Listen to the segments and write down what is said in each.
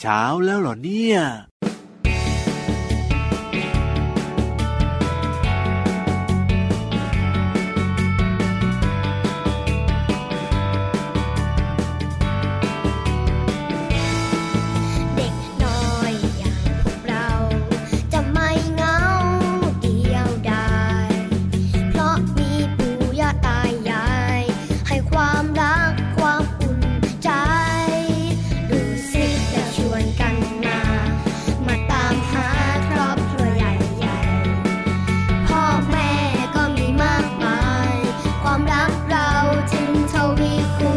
เช้าแล้วเหรอเนี่ย เด็กน้อยอย่างพวกเรา จะไม่เหงาเดียวดายเพราะมีปู่ย่าตายาย ให้ความรักความอุ่นใจ ดูสิจะชวนกันมา มาตามหาครอบครัวใหญ่ๆ พ่อแม่ก็มีมากมาย ความรักเราจึงทวีคู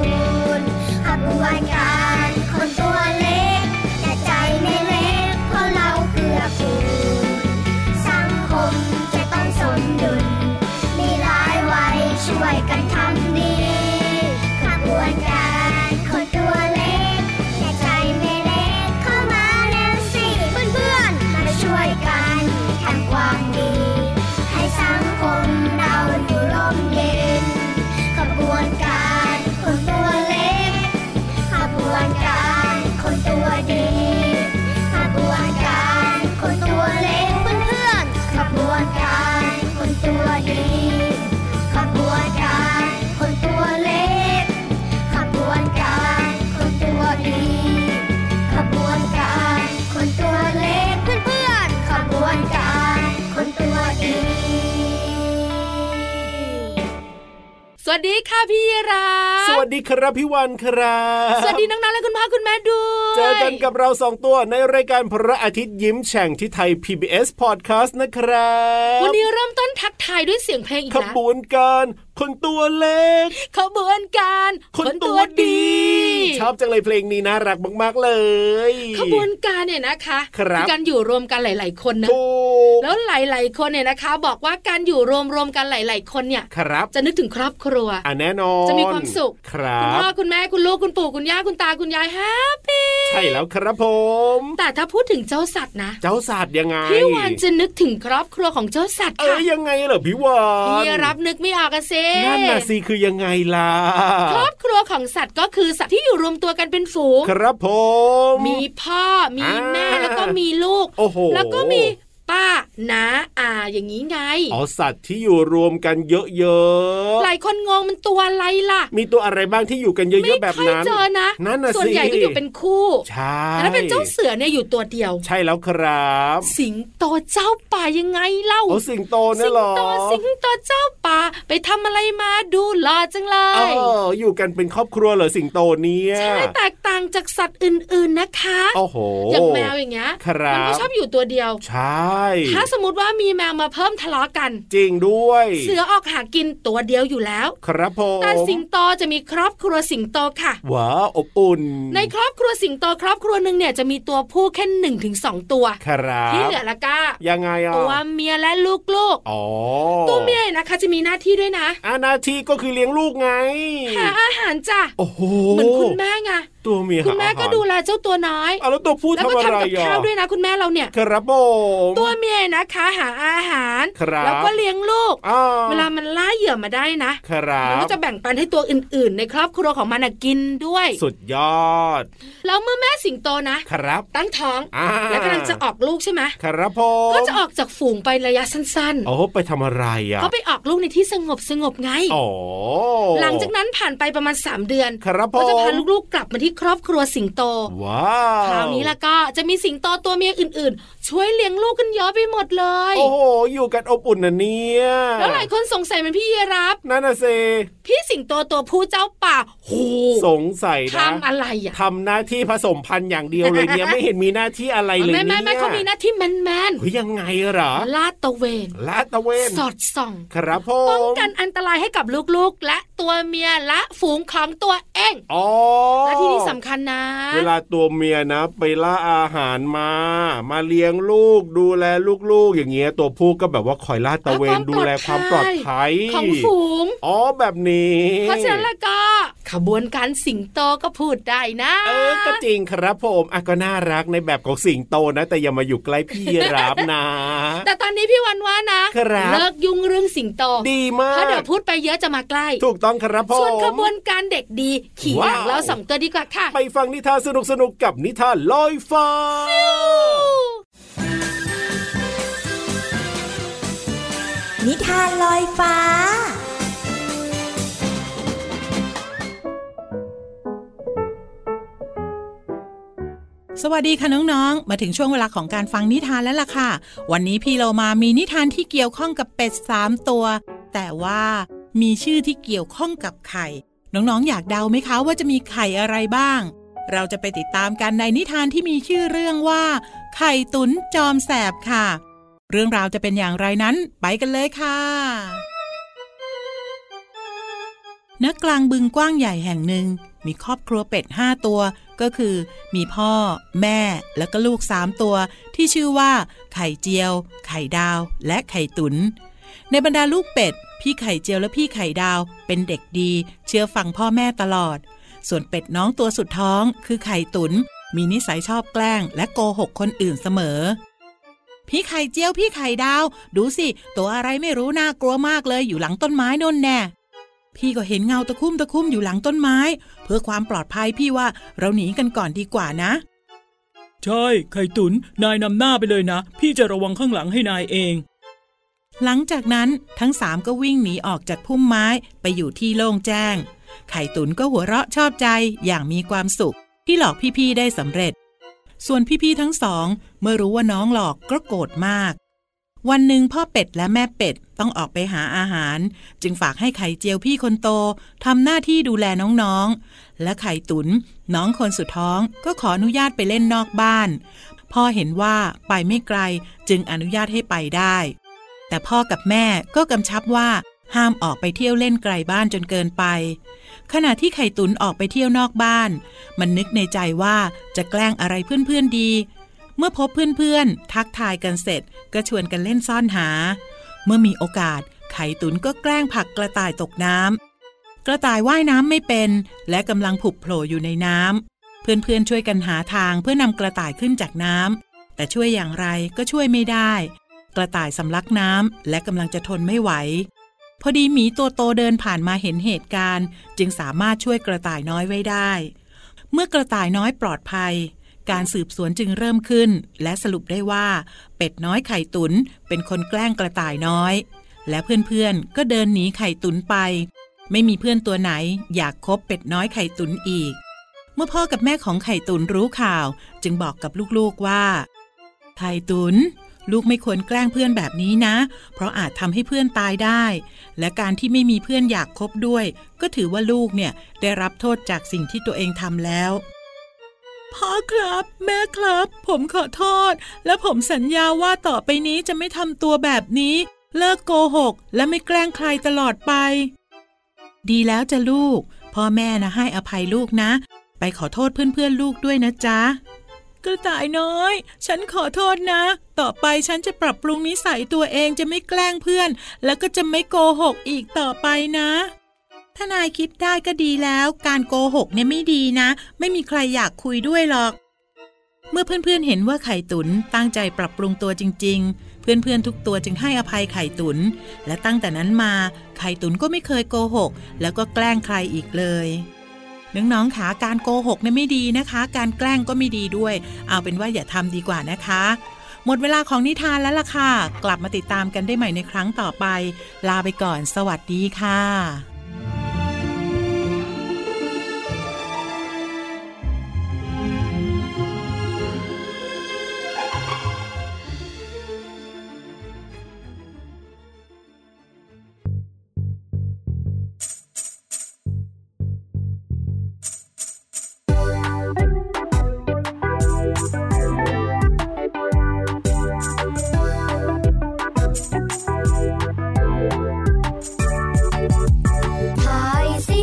ณขบวนการคนตัวเล็ก แต่ใจไม่เล็กเพราะเราเกือกูลสังคมจะต้องสมดุล มีหลายวัยช่วยกันทำดีขบวนการคนตัวเล็ก แต่ใจไม่เล็กเข้ามาแล้วสิเพื่อนๆ มาช่วยกันทำความดี ให้สังคมเราอยู่ร่มเย็นขบวนการคนตัวเล็ก ขบวนการคนตัวดีขบวนการคนตัวเล็กเพื่อนๆขบวนการคนตัวดีขบวนการคนตัวเล็กขบวนการคนตัวดีขบวนการคนตัวเล็กเพื่อนๆขบวนการคนตัวดี สวัสดีค่ะพี่ราฟ สวัสดีครับพี่วันครับ สวัสดีน้องๆและคุณพ่อคุณแม่ด้วย เจอกันกับเราสองตัวในรายการพระอาทิตย์ยิ้มแฉ่งที่ไทย PBS Podcast นะครับ วันนี้เริ่มต้นทักทายด้วยเสียงเพลงอีก ข แล้ว บวนการคนตัวเล็ก ขบวนการ คนตัวดี ชอบจังเลยเพลงนี้น่ารักมาก ๆ เลย ขบวนการเนี่ยนะคะ ครับ อการอยู่รวมกันหลาย ๆ คนนะ ถูก แล้วหลาย ๆ คนเนี่ยนะคะ บอกว่าการอยู่รวมรวมๆกันหลาย ๆ คนเนี่ย ครับ จะนึกถึงครอบครัว อ่ะแน่นอน จะมีความสุข ครั คุณพ่อบ คุณแม่คุณลูกคุณปู่คุณย่าคุณตาคุณยายแฮปปี้ ใช่แล้วครับผม แต่ถ้าพูดถึงเจ้าสัตว์นะ เจ้าสัตว์ยังไง พี่วานจะนึกถึงครอบครัวของเจ้าสัตว์ เอ้ ค่ะ ยยังไงเหรอพี่วาน พี่รับนึกไม่ออกอะเซ นั่นน่ะสิคือยังไงล่ะ ครอบครัวของสัตว์ก็คือสัตว์ที่อยู่รวมตัวกันเป็นฝูง ครับผม มีพ่อ มีแม่ อ่า แล้วก็มีลูก โอ้โห แล้วก็มีป้าน้าอาอย่างนี้ไง อ๋อสัตว์ที่อยู่รวมกันเยอะ หลายคนงงมันตัวอะไรล่ะ ๆ มีตัวอะไรบ้างที่อยู่กันเย ไม่ อะๆแบบ ค่อย นั้น เจอนะ นั่นน่ะ ส่วน สิ ใหญ่ก็อยู่เป็นคู่ ใช่ แล้วเป็นเจ้าเสือเนี่ยอยู่ตัวเดียว ใช่แล้วครับ สิงโตเจ้าป่ายังไงเล่า โอ้สิงโต สิ เนี่ย ง เหรอ โตสิงโตเจ้าป่าไปทำอะไรมาดูหล่อจังเล เอย ออยู่กันเป็นครอบครัวเหรอสิงโตเนี่ย ใช่แตกต่างจากสัตว์อื่นๆนะคะ โอ้โห อย่างแมวอย่างเงี้ย ครับ มัก็ชอบอยู่ตัวเดียว ใช่ ถ้าสมมติว่ามีแมวมาเพิ่มทะเลาะกัน จริงด้วย เสือออกหากินตัวเดียวอยู่แล้ว ครับผม แต่สิงโตจะมีครอบครัวสิงโตค่ะ ว้าอบอุ่น ในครอบครัวสิงโตครอบครัวหนึ่งเนี่ยจะมีตัวผู้แค่หนึ่งถึงสองตัว ครับ ที่เหลือละก็ ยังไงอ่ะ ตัวเมียและลูก อ๋อ ๆตัวเมียนะคะจะมีหน้าที่ด้วยนะ อ่ะหนาทีก็คือเลี้ยงลูกไง หาอาหารจ้ะ โอ้โห เหมือนคุณแม่ไง ตัวเมีย คุณแม่ หาอาหาร ก็ดูแลเจ้าตัวน้อย เอาแล้วตัวผู้ แล้ว ทำ ก็ อะไร ทำกับ อ่ะ ข้าวด้วยนะคุณแม่เราเนี่ย ครับผม ตัวเมียนะคะหาอาหาร ครับ แล้วก็เลี้ยงลูก อ่ เวลามันล่าเหยื่อมาได้นะ ครับ มันก็จะแบ่งปันให้ตัวอื่นๆ ในครอบครัวของมันนะกินด้วย สุดยอด แล้วเมื่อแม่สิงโตนะ ครับ ตั้งท้อง อ่า แล้วกำลังจะออกลูกใช่ไหม ครับผม ก็จะออกจากฝูงไประยะสั้น โอ้ไปทำอะไร ๆ อ่ะ เขาไปออกลูกในที่สงบสงบๆไง อ๋อ หลังจากนั้นผ่านไปประมาณ 3 เดือน ครับผ ก็ ม จะพาลูกๆกลับมาที่ครอบครัวสิงโต ว้าว คราวนี้ละก็จะมีสิงโตตัวเมียอื่นๆ ช่วยเลี้ยงลูกกันเยอะไปหมดเลย โอ้โหอยู่กันอบอุ่นนะเนี่ย แล้วหลายคนสงสัยเหมันพี่ยีรับ นั่นน่ะสิ พี่สิงโตตัวผู้เจ้าป่าโห สงสัยนะ ทำอะไรอ่ะ ทำหน้าที่ผสมพันธุ์อย่างเดียวเลยเนี่ย ไม่เห็นมีหน้าที่อะไรเลย แม่ เนี่ย แม่แม่เขามีหน้าที่แมนแมน เฮ้ยยังไงเหร อ ลาดตระเวน ลาดตระเวน สอดส่อง ครับผม ป้องกันอันตรายให้กับลูกๆ และตัวเมียและฝูงของตัวเอง อ๋อ และที่นี่สำคัญนะ เวลาตัวเมียนะ ไปล่าอาหารมา มาเลี้ยงลูกดูแลลูกๆ อย่างเงี้ยตัวผู้ก็แบบว่าคอยลาดตระเวนดูแลความปลอดภัย ของฝูง อ๋อแบบนี้ เพราะฉะนั้นแล้วก็ ขบวนการสิงโตก็พูดได้นะ เออก็จริงครับผมอ่ะก็น่ารักในแบบของสิงโตนะ แต่อย่ามาอยู่ใกล้พี่รับนะ แต่ตอนนี้พี่วันว่านะครับ เลิกยุ่งเรื่องสิงโต ดีมา เพราะเดี๋ย ก วพูดไปเยอะจะมาใกล้ ถูกต้องครับผม ส่วนขบวนการเด็กดี ขี่หลัง ว้าว เราสองตัวดีกว่าค่ะ ไปฟังนิทานสนุกๆกับนิทานลอยฟ้า นิทานลอยฟ้า สวัสดีค่ะน้องๆ มาถึงช่วงเวลาของการฟังนิทานแล้วล่ะค่ะ วันนี้พี่เรามามีนิทานที่เกี่ยวข้องกับเป็ดสามตัว แต่ว่ามีชื่อที่เกี่ยวข้องกับไข่ น้องๆ อยากเดาไหมคะว่าจะมีไข่อะไรบ้าง เราจะไปติดตามกันในนิทานที่มีชื่อเรื่องว่า ไข่ตุนจอมแสบค่ะ เรื่องราวจะเป็นอย่างไรนั้นไปกันเลยค่ะ ณกลางบึงกว้างใหญ่แห่งหนึ่ง มีครอบครัวเป็ดห้าตัว ก็คือ มีพ่อ แม่แล้วก็ลูกสามตัว ที่ชื่อว่า ไข่เจียว ไข่ดาว และไข่ตุน ในบรรดาลูกเป็ด พี่ไข่เจียวและพี่ไข่ดาว เป็นเด็กดี เชื่อฟังพ่อแม่ตลอด ส่วนเป็ดน้องตัวสุดท้อง คือไข่ตุน มีนิสัยชอบแกล้ง และโกหกคนอื่นเสมอ พี่ไข่เจียวพี่ไข่ดาว ดูสิ ตัวอะไรไม่รู้น่ากลัวมากเลยอยู่หลังต้นไม้นนแน่ พี่ก็เห็นเงาตะคุ่มตะคุ่มอยู่หลังต้นไม้ เพื่อความปลอดภัยพี่ว่าเราหนีกันก่อนดีกว่านะ ใช่ ไข่ตุน นายนำหน้าไปเลยนะ พี่จะระวังข้างหลังให้นายเอง หลังจากนั้นทั้งสามก็วิ่งหนีออกจากพุ่มไม้ไปอยู่ที่โล่งแจ้ง ไข่ตุ๋นก็หัวเราะชอบใจอย่างมีความสุข ที่หลอกพี่ๆได้สำเร็จ ส่วนพี่ๆทั้งสอง เมื่อรู้ว่าน้องหลอกก็โกรธมาก วันหนึ่งพ่อเป็ดและแม่เป็ดต้องออกไปหาอาหาร จึงฝากให้ไข่เจียวพี่คนโตทำหน้าที่ดูแลน้องๆ และไข่ตุน น้องคนสุดท้องก็ขออนุญาตไปเล่นนอกบ้าน พ่อเห็นว่าไปไม่ไกลจึงอนุญาตให้ไปได้ แต่พ่อกับแม่ก็กำชับว่าห้ามออกไปเที่ยวเล่นไกลบ้านจนเกินไป ขณะที่ไข่ตุนออกไปเที่ยวนอกบ้าน มันนึกในใจว่าจะแกล้งอะไรเพื่อนๆดี เมื่อพบเพื่อนๆ ทักทายกันเสร็จ ก็ชวนกันเล่นซ่อนหา เมื่อมีโอกาส ไข่ตุนก็แกล้งผลักกระต่ายตกน้ำกระต่ายว่ายน้ำไม่เป็น และกำลังผุบโผล่อยู่ในน้ำเพื่อนๆช่วยกันหาทางเพื่อนำกระต่ายขึ้นจากน้ำแต่ช่วยอย่างไรก็ช่วยไม่ได้ กระต่ายสำลักน้ำและกำลังจะทนไม่ไหว พอดีหมีตัวโตเดินผ่านมาเห็นเหตุการณ์ จึงสามารถช่วยกระต่ายน้อยไว้ได้ เมื่อกระต่ายน้อยปลอดภัย การสืบสวนจึงเริ่มขึ้น และสรุปได้ว่า เป็ดน้อยไข่ตุนเป็นคนแกล้งกระต่ายน้อย และเพื่อนๆก็เดินหนีไข่ตุนไป ไม่มีเพื่อนตัวไหน อยากคบเป็ดน้อยไข่ตุนอีก เมื่อพ่อกับแม่ของไข่ตุนรู้ข่าว จึงบอกกับลูกๆว่า ไข่ตุน ลูกไม่ควรแกล้งเพื่อนแบบนี้นะ เพราะอาจทำให้เพื่อนตายได้ และการที่ไม่มีเพื่อนอยากคบด้วย ก็ถือว่าลูกเนี่ยได้รับโทษจากสิ่งที่ตัวเองทำแล้ว พ่อครับ แม่ครับ ผมขอโทษ และผมสัญญาว่าต่อไปนี้จะไม่ทำตัวแบบนี้ เลิกโกหก และไม่แกล้งใครตลอดไป ดีแล้วจะลูก พ่อแม่นะให้อภัยลูกนะ ไปขอโทษเพื่อนๆลูกด้วยนะจ๊ะ กระต่ายน้อย ฉันขอโทษนะ ต่อไปฉันจะปรับปรุงนิสัยตัวเองจะไม่แกล้งเพื่อน แล้วก็จะไม่โกหกอีกต่อไปนะ ถ้านายคิดได้ก็ดีแล้ว การโกหกเนี่ยไม่ดีนะ ไม่มีใครอยากคุยด้วยหรอก เมื่อเพื่อนๆเห็นว่าไข่ตุนตั้งใจปรับปรุงตัวจริง ๆ เพื่อนๆทุกตัวจึงให้อภัยไข่ตุน และตั้งแต่นั้นมา ไข่ตุนก็ไม่เคยโกหก แล้วก็แกล้งใครอีกเลย น้องๆขาการโกหกเนี่ยไม่ดีนะคะ การแกล้งก็ไม่ดีด้วย เอาเป็นว่าอย่าทำดีกว่านะคะ หมดเวลาของนิทานแล้วล่ะค่ะ กลับมาติดตามกันได้ใหม่ในครั้งต่อไป ลาไปก่อน สวัสดีค่ะ เ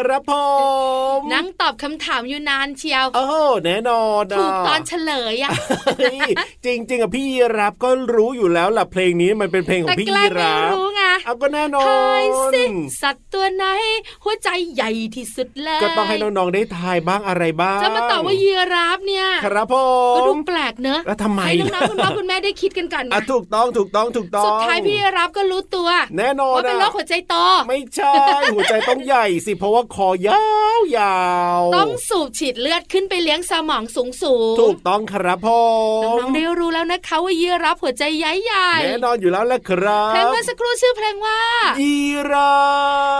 ครับผม นั่งตอบคำถามอยู่นานเชียว โอ้โหแน่นอน ถูกตอนะ เฉลยอะ เฮ้ยจริงๆอ่ะพี่ยีรับก็รู้อยู่แล้วล่ะเพลงนี้มันเป็นเพลงขอ แต่ งพี่ แกล้ ยี งไม่ รับ รู้ไง เอาก็แน่นอ ทาน ยสิสัตว์ตัวไหน หัวใจใหญ่ที่สุดเลย ก็ต้องให้น้องๆได้ทายบ้างอะไรบ้าง จะมาตอบว่ายีราฟเนี่ย ครับผ ก็ดู ม แปลกเนอะ แล้วทำไม ให้น้องๆ ล่ะ คุณพ่อคุณแม่ได้คิดกันก่อน อ่ะ นะ ถูกต้องถูกต้องถูกต้อง สุดท้ายพี่รับก็รู้ตัว แน่นอน ว่าเป็นโรค อ่ะ หัวใจโต ไม่ใช่หัวใจต้องใหญ่สิเพราะว่าคอยาวยาว ต้องสูบฉีดเลือดขึ้นไปเลี้ยงสมองสูงสูง ถูกต้องครับผ น้ ม องๆได้รู้แล้วนะคะว่ายีรับหัวใจใหญ่ใหญ่ แน่นอนอยู่แล้วแหละครั เพลง บ เมื่อสักครู่ชื่อเพลงว่า ยีรา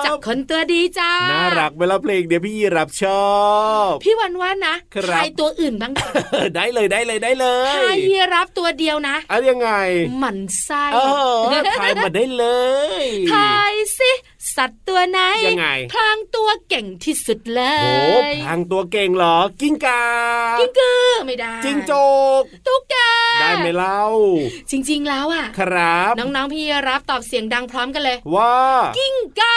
จาก ฟ คนตัวดีจ้า น่ารักเวลาเพลงเดี๋ยวพี่ยีรับชอบ พี่วันว่านะครับ ทายตัวอื่นบ้างค่ะ เออได้เลยได้เลยได้เล ทาย ย ยีรับตัวเดียวนะ อะไรยังไง หมันไส้ เออทายมาได้เลย ทายสิสัตว์ตัวไหน ยังไง พลางตัวเก่งที่สุดเล โอ้ ย พลางตัวเก่งเหรอ กิ้งกา กิ้งกือไม่ได้ จิงโจก ตุ๊กแก ได้ไหมเล่า จริง ๆ แล้วอ่ะ ครับ น้องๆพี่รับตอบเสียงดังพร้อมกันเลย ว่า กิ้งกา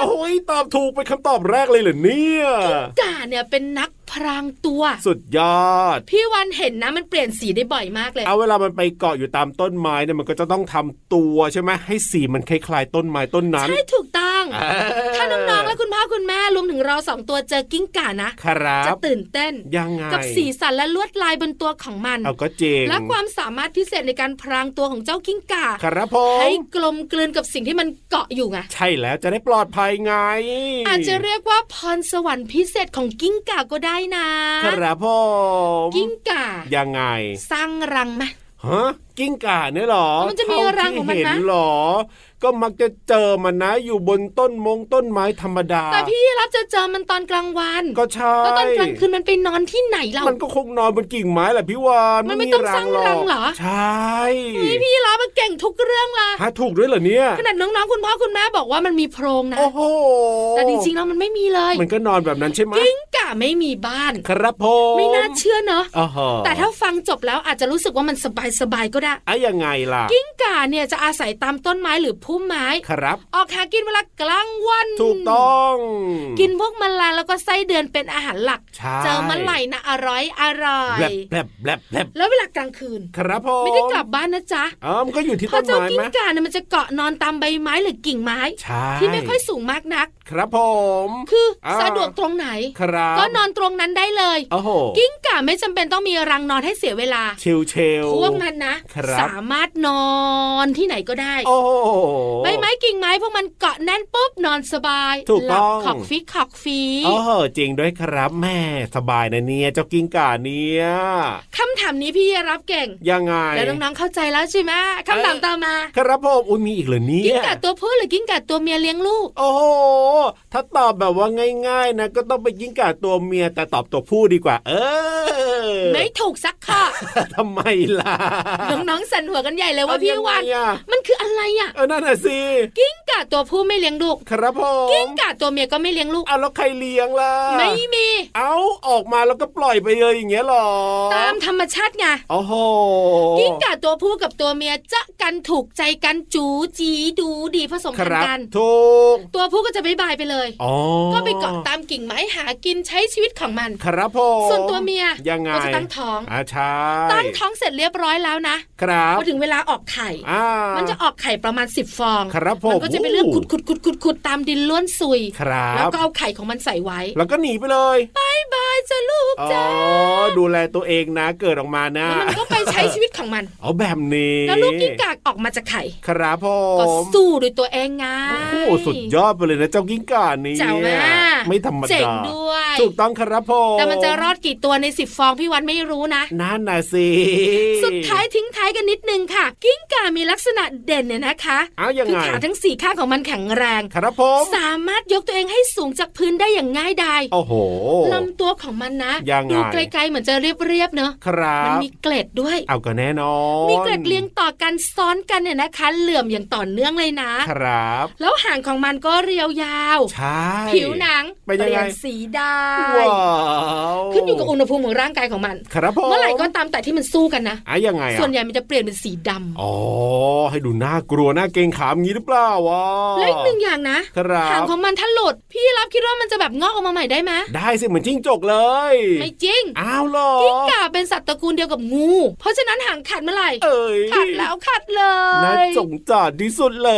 โอ้ยตอบถูกเป็นคำตอบแรกเลยเหรอเนี่ย กาเนี่ยเป็นนักพรางตัว สุดยอด พี่วันเห็นนะมันเปลี่ยนสีได้บ่อยมากเลย เอาเวลามันไปเกาะอยู่ตามต้นไม้เนี่ยมันก็จะต้องทำตัวใช่ไหมให้สีมันคล้ายๆต้นไม้ต้นนั้น ใช่ถูกต้อง เออ ถ้าน้องๆและคุณพ่อคุณแม่รวมถึงเราสองตัวเจอกิ้งก่านะ ครั จะ บ ตื่นเต้น ยังไง กับสีสันและลวดลายบนตัวของมัน เอาก็เจง และความสามารถพิเศษในการพรางตัวของเจ้ากิ้งก่า ครับผม ให้กลมกลืนกับสิ่งที่มันเกาะอยู่ไง ใช่แล้วจะได้ปลอดภัยไง อาจจะเรียกว่าพรสวรรค์พิเศษของกิ้งก่าก็ได้นะ ครับผม กิ้งก่า ยังไง สร้างรังไหม ฮะกิ้งก่าเนี่ยเหรอ มันจะมีรังของมันนะ เท่าที่เห็นเหรอ ก็มักจะเจอมันนะอยู่บนต้นมงต้นไม้ธรรมดา แต่พี่รับจะเจอมันตอนกลางวัน ก็ใช่ แล้วตอนกลางคืนมันไปนอนที่ไหนเรา มันก็คงนอนบนกิ่งไม้แหละพี่วาน มันไม่ต้องสร้างรังเหรอ ใช่ พี่พี่รับมันเก่งทุกเรื่องละ หาถูกด้วยเหรอเนี่ย ขนาดน้องๆคุณพ่อคุณแม่บอกว่ามันมีโพรงนะ โอ้โห แต่จริงๆแล้วมันไม่มีเลย มันก็นอนแบบนั้นใช่ไหม กิ้งก่าไม่มีบ้าน ครับผม ไม่น่าเชื่อเนอะ อ๋อฮะ แต่ถ้าฟังจบแล้วอาจจะรู้สึกว่ามันสบายๆก็ได้ อะยังไงล่ะ กิ้งก่าเนี่ยจะอาศัยตามต้นไม้หรือพุ่มไม้ ครับ ออกหากินเวลากลางวัน ถูกต้อง กินพวกแมลงแล้วก็ไส้เดือนเป็นอาหารหลัก ใช่ เจอมันไหลนะอร่อยอร่อย แผลบแผลบแผลบแผลบ แล้วเวลากลางคืน ครับผม ไม่ได้กลับบ้านนะจ๊ะ อ๋อมันก็อยู่ที่ เพ ต้ ราะ น เจ้า ไม้ กิ้ ไหม งก่าเนี่ยมันจะเกาะนอนตามใบไม้หรือกิ่งไม้ ใช่ ที่ไม่ค่อยสูงมากนัก ครับผม คืออา สะดวกตรงไหน ครับ ก็นอนตรงนั้นได้เลย โอ้โห กิ้งก่าไม่จำเป็นต้องมีรังนอนให้เสียเวลา เชลเชล พวกนั้นนะครับ สามารถนอนที่ไหนก็ได้ โอ้โห ใบไม้กิ่งไม้พวกมันเกาะแน่นปุ๊บนอนสบาย ถูก หลั ต้อง ขอกฟิกขอกฟี โอ้โหจริงด้วยครับแม่สบายนะเนี่ยเจ้ากิ้งก่าเนี่ย คำถามนี้พี่รับเก่ง ยังไง แล้วน้องๆเข้าใจแล้วใช่ไหมคำถาม เอ้ย ต่อมา ครับผมอุ้ยมีอีกเหรอเนี่ กิ้ง ย ก่าตัวผู้หรือกิ้งก่าตัวเมียเลี้ยงลูก โอ้โหถ้าตอบแบบว่าง่ายๆนะก็ต้องไปนกิ้งก่าตัวเมียแต่ตอบตัวผู้ดีกว่า เออ ไม่ถูกสักข้อ ทำไมล่ะ น้องๆสั่นหัวกันใหญ่เลยว่า เอา พี่ ยังไง วัน อะ มันคืออะไรอ่ะ เออนั่นน่ะสิ กิ้งก่าตัวผู้ไม่เลี้ยงลูก ครับผม กิ้งก่าตัวเมียก็ไม่เลี้ยงลูก เอาแล้วใครเลี้ยงล่ะ ไม่มี เอาออกมาแล้วก็ปล่อยไปเลยอย่างเงี้ยหรอ ตามธรรมชาติไง โอ้โห กิ้งก่าตัวผู้กับตัวเมียจะกันถูกใจกันจูจีดูดีผสม ค พัน รั ธุ์ บ กัน ถูก ตัวผู้ก็จะบายบายไปเลย อ๋อ ก็ไปเกาะตามกิ่งไม้หากินใช้ชีวิตของมัน ครับผม ส่วนตัวเมีย ยังไง ก็จะตั้งท้อง อ่าใช่ ตั้งท้องเสร็จเรียบร้อยแล้วนะครับ พอถึงเวลาออกไข่ อ่ามั มันจะออกไข่ประมาณ 10 ฟอง ครับผม มันก็จะเป็นเรื่องขุดขุดขุดขุดขุดตามดินล้วนซุย ครั แล้ว บ ก็เอาไข่ของมันใส่ไว้ แล้วก็หนีไปเลย บายบายจะลูก อ๋อ จ้า ดูแลตัวเองนะเกิดออกมานะ แล้วมันก็ไปใช้ชีวิตของมัน เอาแบบนี้ แล้วลูกกิ้งก่าออกมาจากไข่ ครับผ ก็ ม สู้ด้วยตัวเองไง โอ้โหสุดยอดไปเลยนะเจ้ากิ้งก่านี่ เจ๋วมาก ไม่ธรรม เจ๋ง ดา ด้วย ถูกต้องครับผม แต่มันจะรอดกี่ตัวในสิบฟองพี่วันไม่รู้นะ นั่นน่ะสิ สุดท้ายทิ้งท้ายกันนิดนึงค่ะ กิ้งก่ามีลักษณะเด่นเนี่ยนะคะ เอายัง คือ ไง ขาทั้งสี่ข้างของมันแข็งแรง ครับผม สามารถยกตัวเองให้สูงจากพื้นได้อย่างง่ายดาย โอ้โห ลำตัวของมันนะ ยังไง ดูไกลๆเหมือนจะเรียบๆเนอะ ครั มั บ มีเกล็ดด้วย เอาก็แน่นอน มีเกล็ดเรียงต่อกันซ้อนกันเนี่ยนะคะ เหลื่อมอย่างต่อเนื่องเลยนะ ครับ แล้วหางของมันก็เรียวยาว ใช่ ผิวหนัง เป็นยังไง ลี่ยนสีได้ ว้าว ขึ้นอยู่กับอุณหภูมิของร่างกายของมัน ครับผม เมื่อไหร่ก็ตามแต่ที่มันสู้กันนะ อ่ะยังไงอ่ะ ส่วนใหญ่มันจะเปลี่ยนเป็นสีดำ อ๋อให้ดูน่ากลัวน่าเกรง ขามงี้หรือเปล่าวะ แล้วอีกหนึ่งอย่างนะครับ หางของมันถ้าหลุดพี่รับคิดว่ามันจะแบบงอกออกมาใหม่ได้ไหม ได้สิเหมือนจิ้งจกเลย ไม่จริง อ้าวเหรอ กิ้งก่าเป็นสัตว์ตระกูลเดียวกับงู เพราะฉะนั้นหางขัดเมื่อไหร่ เอ้ย ขัดแล้วขัดเล น่าย สงสารที่สุดเล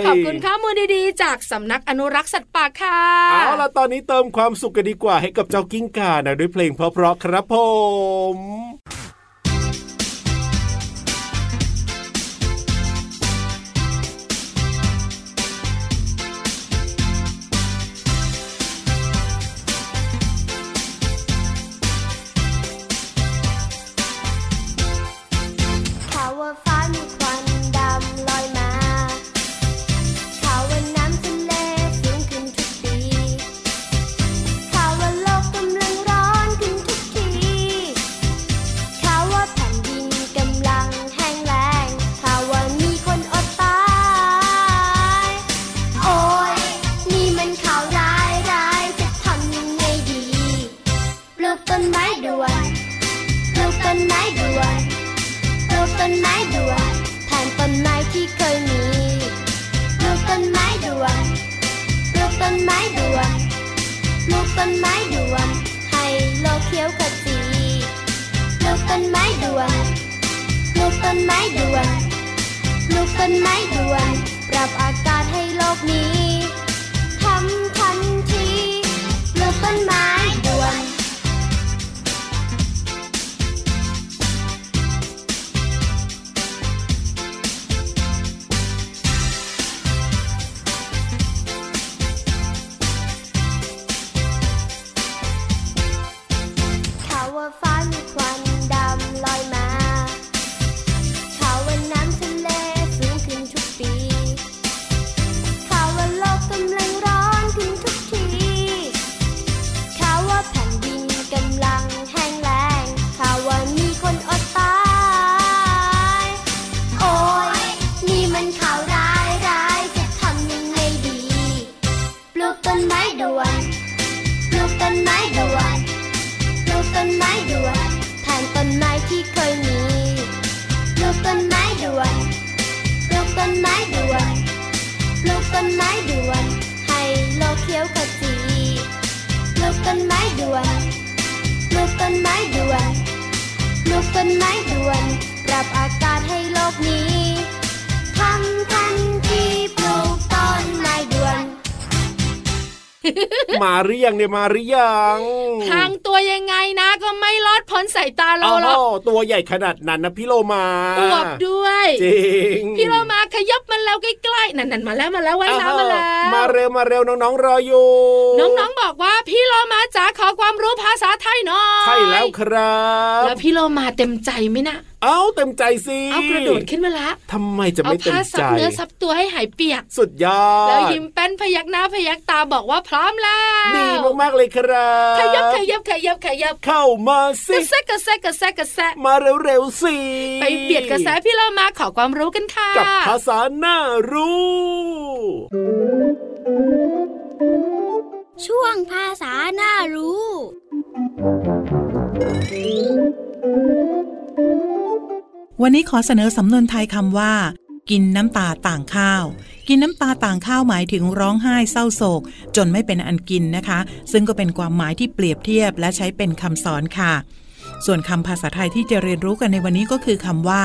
ย ขอบคุณข้อมูลดีๆ จากสำนักอนุรักษ์สัตว์ป่าค่ะ เอาล่ะตอนนี้เติมความสุขกันดีกว่าให้กับเจ้ากิ้งก่านะด้วยเพลงเพราะๆครับผม ข่าวว่าฟ้ามีควันดำลอยมาข่าวว่าน้ำทะเลสูงขึ้นทุกปีข่าวว่าโลกกำลังร้อนขึ้นทุกทีข่าวว่าแผ่นดินกำลังแห้งแล้งข่าวว่ามีคนอดตาย โอ้ยนี่มันข่าวร้ายร้ายจะทำยังไงดีปลูกต้นไม้ด่วนปลูกต้นไม้ด่วน ปลูกต้นไม้ด่วนแทนต้นไม้ที่เคยมีปลูกต้นไม้ด่วนปลูกต้นไม้ด่วนปลูกต้นไม้ด่วนให้โลกเขียวขจีปลูกต้นไม้ด่วนปลูกต้นไม้ด่วนปลูกต้นไม้ด่วน ปรับอากาศให้โลกนี้ทำทันทีปลูกต้นไม้ด่วน ข่าวว่าฟ้ามีควันดำลอยมาข่าวว่าน้ำทะเลสูงขึ้นทุกปีข่าวว่าโลกกำลังร้อนขึ้นทุกทีข่าวว่าแผ่นดินกำลังแห้งแล้งข่าวว่ามีคนอดตาย โอ้ยนี่มันข่าวร้ายร้ายจะทำยังไงดี ปลูกต้นไม้ด่วน ปลูกต้นไม้ด่วน ปลูกต้นไม้ด่วนแทนต้นไม้ที่เคยมีปลูกต้นไม้ด่วนปลูกต้นไม้ด่วนปลูกต้นไม้ด่วน ให้โลกเขียวขจีปลูกต้นไม้ด่วนปลูกต้นไม้ด่วนปลูกต้นไม้ด่วน ปรับอากาศให้โลกนี้ทำทันทีปลูกต้นไม้ด่วน มาหรือยังเนี่ยมาหรือยัง ทางตัวยังไงนะ ก็ไม่รอดพ้นสายตาเราหรอก อ๋อตัวใหญ่ขนาดนั้นนะพี่โลมา อวบด้วย จริง พี่เรามาขยับมันแล้วใกล้ๆ นั่นๆมาแล้วมาแล้วไว้น้ำมาแล้ อ้าว ว มาเร็วมาเร็วน้องๆรออยู่ น้องๆบอกว่าพี่เรามาจ๋าขอความรู้ภาษาไทยหน่อย ใช่แล้วครับ แล้วพี่เรามาเต็มใจไหมนะ เอ้าเต็มใจสิ เอากระโดดขึ้นมาละ ทำไมจะ เอา ไม่เต็ม ผ้าซั ใจ บเนื้อซับตัวให้หายเปียก สุดยอด แล้วยิ้มแป้นพยักหน้าพยักตาบอกว่าพร้อมแล้ว ดีมากๆเลยครับ ขยับขยับขยับขยับ เข้ามาสิ กระแซะกระแซะกระแซะกระแซะ มาเร็วๆสิ ไปเบียดกระแซะพี่เรามาขอความรู้กันค่ะ กับภาษาหน้ารู้ ช่วงภาษาน่ารู้ วันนี้ขอเสนอสำนวนไทยคำว่า กินน้ำตาต่างข้าว กินน้ำตาต่างข้าวหมายถึงร้องไห้เศร้าโศก จนไม่เป็นอันกินนะคะ ซึ่งก็เป็นความหมายที่เปรียบเทียบและใช้เป็นคำสอนค่ะ ส่วนคำภาษาไทยที่จะเรียนรู้กันในวันนี้ก็คือคำว่า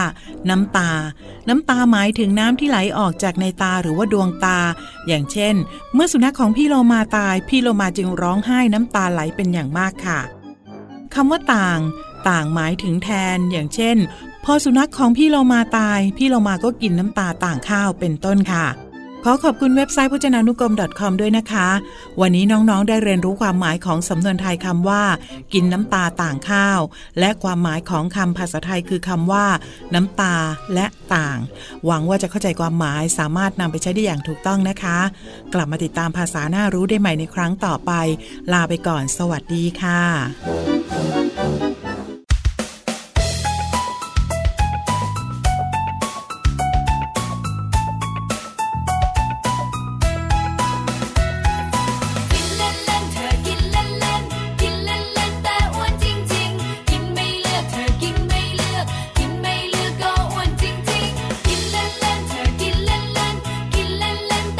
น้ำตา น้ำตาหมายถึงน้ำที่ไหลออกจากในตาหรือว่าดวงตา อย่างเช่น เมื่อสุนัขของพี่โลมาตาย พี่โลมาจึงร้องไห้น้ำตาไหลเป็นอย่างมากค่ะ คำว่าต่าง ต่างหมายถึงแทน อย่างเช่น พอสุนัขของพี่เรามาตาย พี่เรามาก็กินน้ำตาต่างข้าวเป็นต้นค่ะ ขอขอบคุณเว็บไซต์พจนานุกรม .com ด้วยนะคะ วันนี้น้องๆได้เรียนรู้ความหมายของสำนวนไทยคำว่า กินน้ำตาต่างข้าว และความหมายของคำภาษาไทยคือคำว่า น้ำตาและต่าง หวังว่าจะเข้าใจความหมายสามารถนำไปใช้ได้อย่างถูกต้องนะคะ กลับมาติดตามภาษาหน้ารู้ได้ใหม่ในครั้งต่อไป ลาไปก่อน สวัสดีค่ะ กินเล่นเล่นเธอกินเล่นเล่นกินเล่นเล่นแต่อ้วนจริงจริงกินไม่เลือกเธอกินไม่เลือก กินไม่เลือกก็อ้วนจริงจริงกินเล่นเล่นเธอกินเล่นเล่น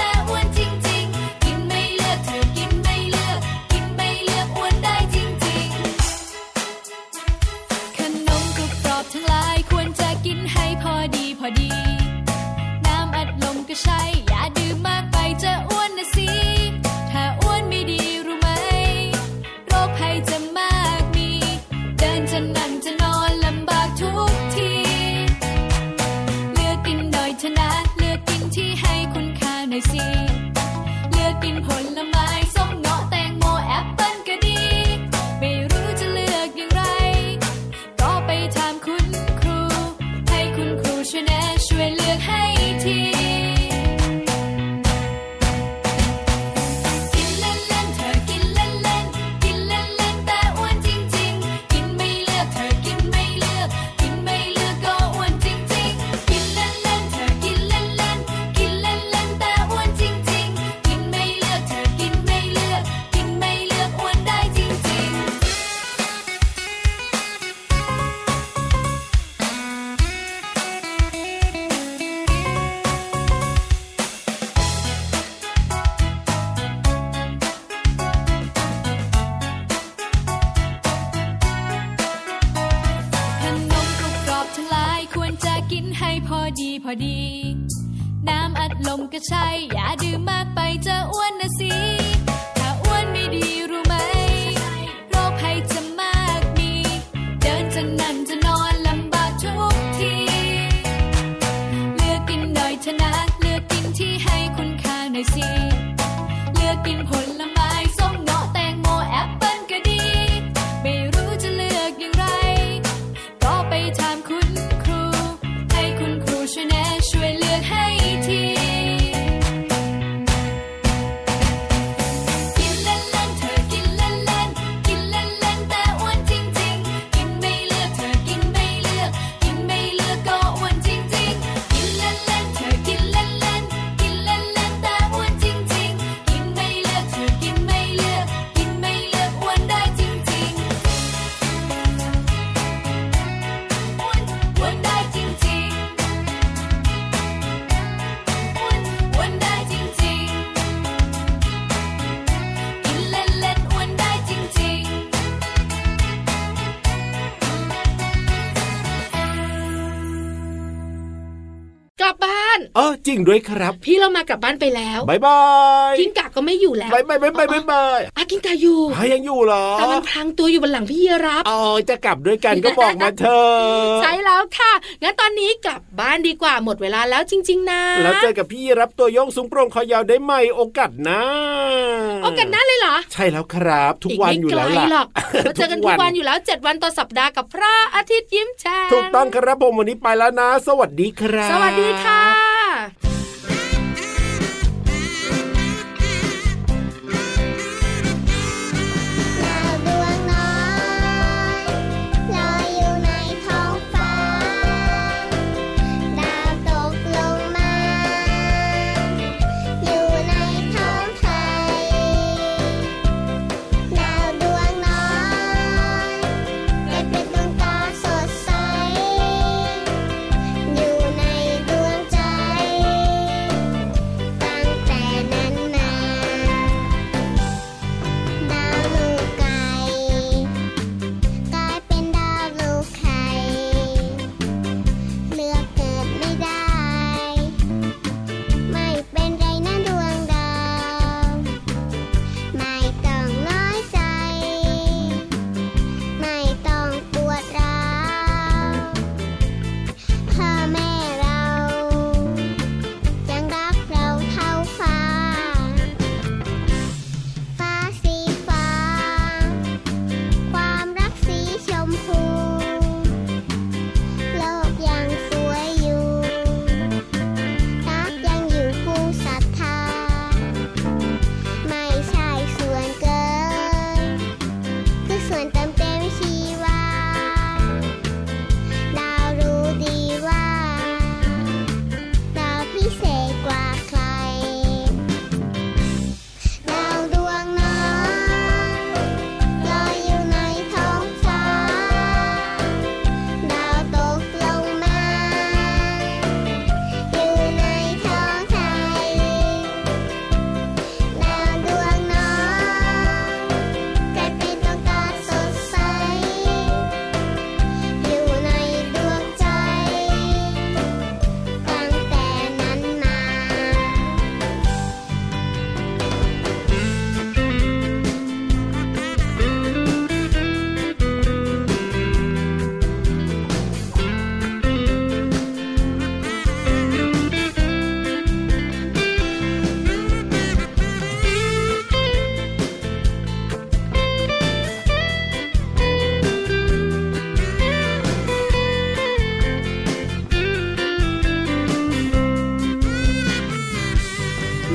กินผลไม้ส้มเงาะแตงโมแอปเปิ้ลก็ดี ไม่รู้จะเลือกอย่างไร ก็ไปถามคุณครู ให้คุณครูช่วยแนะช่วยเลือกให้ที กินเล่นๆเธอกินเล่นๆกินเล่นๆแต่อ้วนจริงๆ กินไม่เลือกเธอกินไม่เลือก กินไม่เลือกก็อ้วนจริงๆ กินเล่นๆเธอกินเล่นๆกินเล่นๆแต่อ้วนจริงๆ กินไม่เลือกเธอกินไม่เลือก กินไม่เลือกอ้วนได้จริงๆ ขนมกรุบกรอบทั้งหลายควรจะกินให้พอดีพอดี น้ำอัดลมก็ใช่ อย่าดื่มมากไปจะอ้วนนะสิ ถ้าอ้วนไม่ดีรู้ไหม โรคภัยจะมากมี เดินจะนั่งจะนอนลำบากทุกที เลือกกินหน่อยเถอะนะเลือกกินที่ให้คุณค่าหน่อยสิ เลือกกินผลไม้ส้มเงาะแตงโมแอปเปิ้ลก็ดี ไม่รู้จะเลือกอย่างไร ก็ไปถามคุณครู ให้คุณครูช่วยแนะช่วยเลือกให้ที กินเล่นเล่นเธอกินเล่นเล่นกินเล่นเล่นแต่อ้วนจริงจริงกินไม่เลือกเธอกินไม่เลือก กินไม่เลือกก็อ้วนจริงจริงกินเล่นเล่นเธอกินเล่นเล่นกินเล่นเล่นแต่อ้วนจริงจริงกินไม่เลือกเธอกินไม่เลือก กินไม่เลือกอ้วนได้จริงจริงอ้วนอ้วนได้จริงจริงอ้วนอ้วนได้จริงจริง กินเล่นเล่นอ้วนได้จริงๆ กลับบ้าน เออจริงด้วยครับ พี่เรามากลับบ้านไปแล้ว บายบาย กิ้งก่าก็ไม่อยู่แล้ว บายบายบายบายบายบาย อ่ะกิ้งก่าอยู่ หายังอยู่เหรอ แต่มันพรางตัวอยู่บนหลังพี่ยีรับ เอ๋อจะกลับด้วยกันก็บอกมาเถอะ ใช่แล้วค่ะ งั้นตอนนี้กลับบ้านดีกว่าหมดเวลาแล้วจริง ๆ นะ แล้วเจอกับพี่รับตัวโยงสูงโปร่งคอยาวได้ใหม่โอกาสหนะ โอ้กันหน้าเลยเหรอ ใช่แล้วครับทุก อีก วัน ไม่ อยู่ ไกล แล้ว หร อล่ะกเราเจอกันทุกวันอยู่แล้วเจ็ดวันต่อสัปดาห์กับพระอาทิตย์ยิ้มแฉ่ง ถูกต้องครับผมวันนี้ไปแล้วนะ สวัสดีครับ สวัสดีค่ะ เราดวงน้อยลอยอยู่ในท้องฟ้า ดาวตกลงมา อยู่ในท้องไทยเราดวงน้อยเกิดเป็นดวงตาสดใส อยู่ในดวงใจ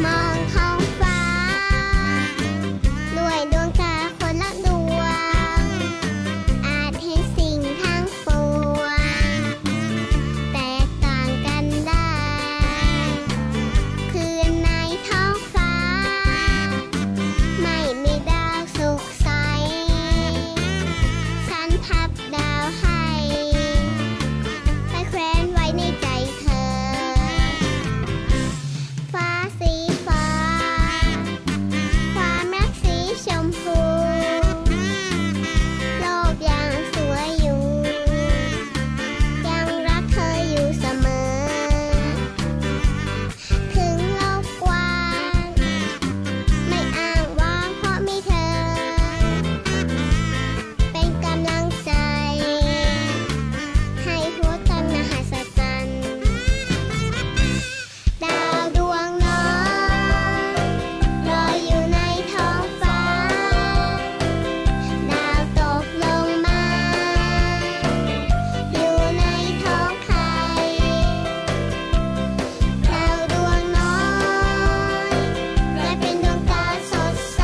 มองท้องฟ้า ด้วยดวงตาคนละดวง อาจเห็นสิ่งทั้งปวง แตกต่างกันได้ คืนในท้องฟ้า ไม่มีดาวสุขใส ฉันพับดาวให้ ไปแขวนไว้ในใจเธอ ฟ้าสีฟ้า ความรักสีชมพู โลกยังสวยอยู่ ยังรักเธออยู่เสมอ ถึงโลกกว้าง ไม่อ้างว้างเพราะมีเธอ เป็นกำลังใจ ให้หัวใจมหัศจรรย์ดาวดวงน้อยลอยอยู่ในท้องฟ้า ดาวตกลงมา อยู่ในท้องใครดาวดวงน้อยกลายเป็นดวงตาสดใส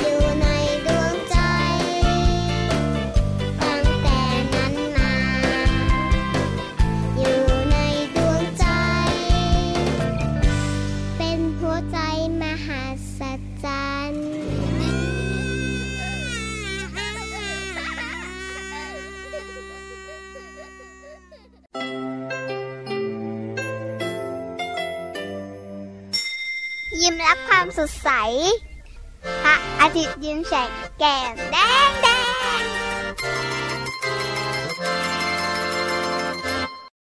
อยู่ในดวงใจ ตั้งแต่นั้นมา อยู่ในดวงใจ เป็นหัวใจมหาสัจจัน ยิ้มรับความสดใส พระอาทิตย์ยิ้มแฉกแก้มแดงแด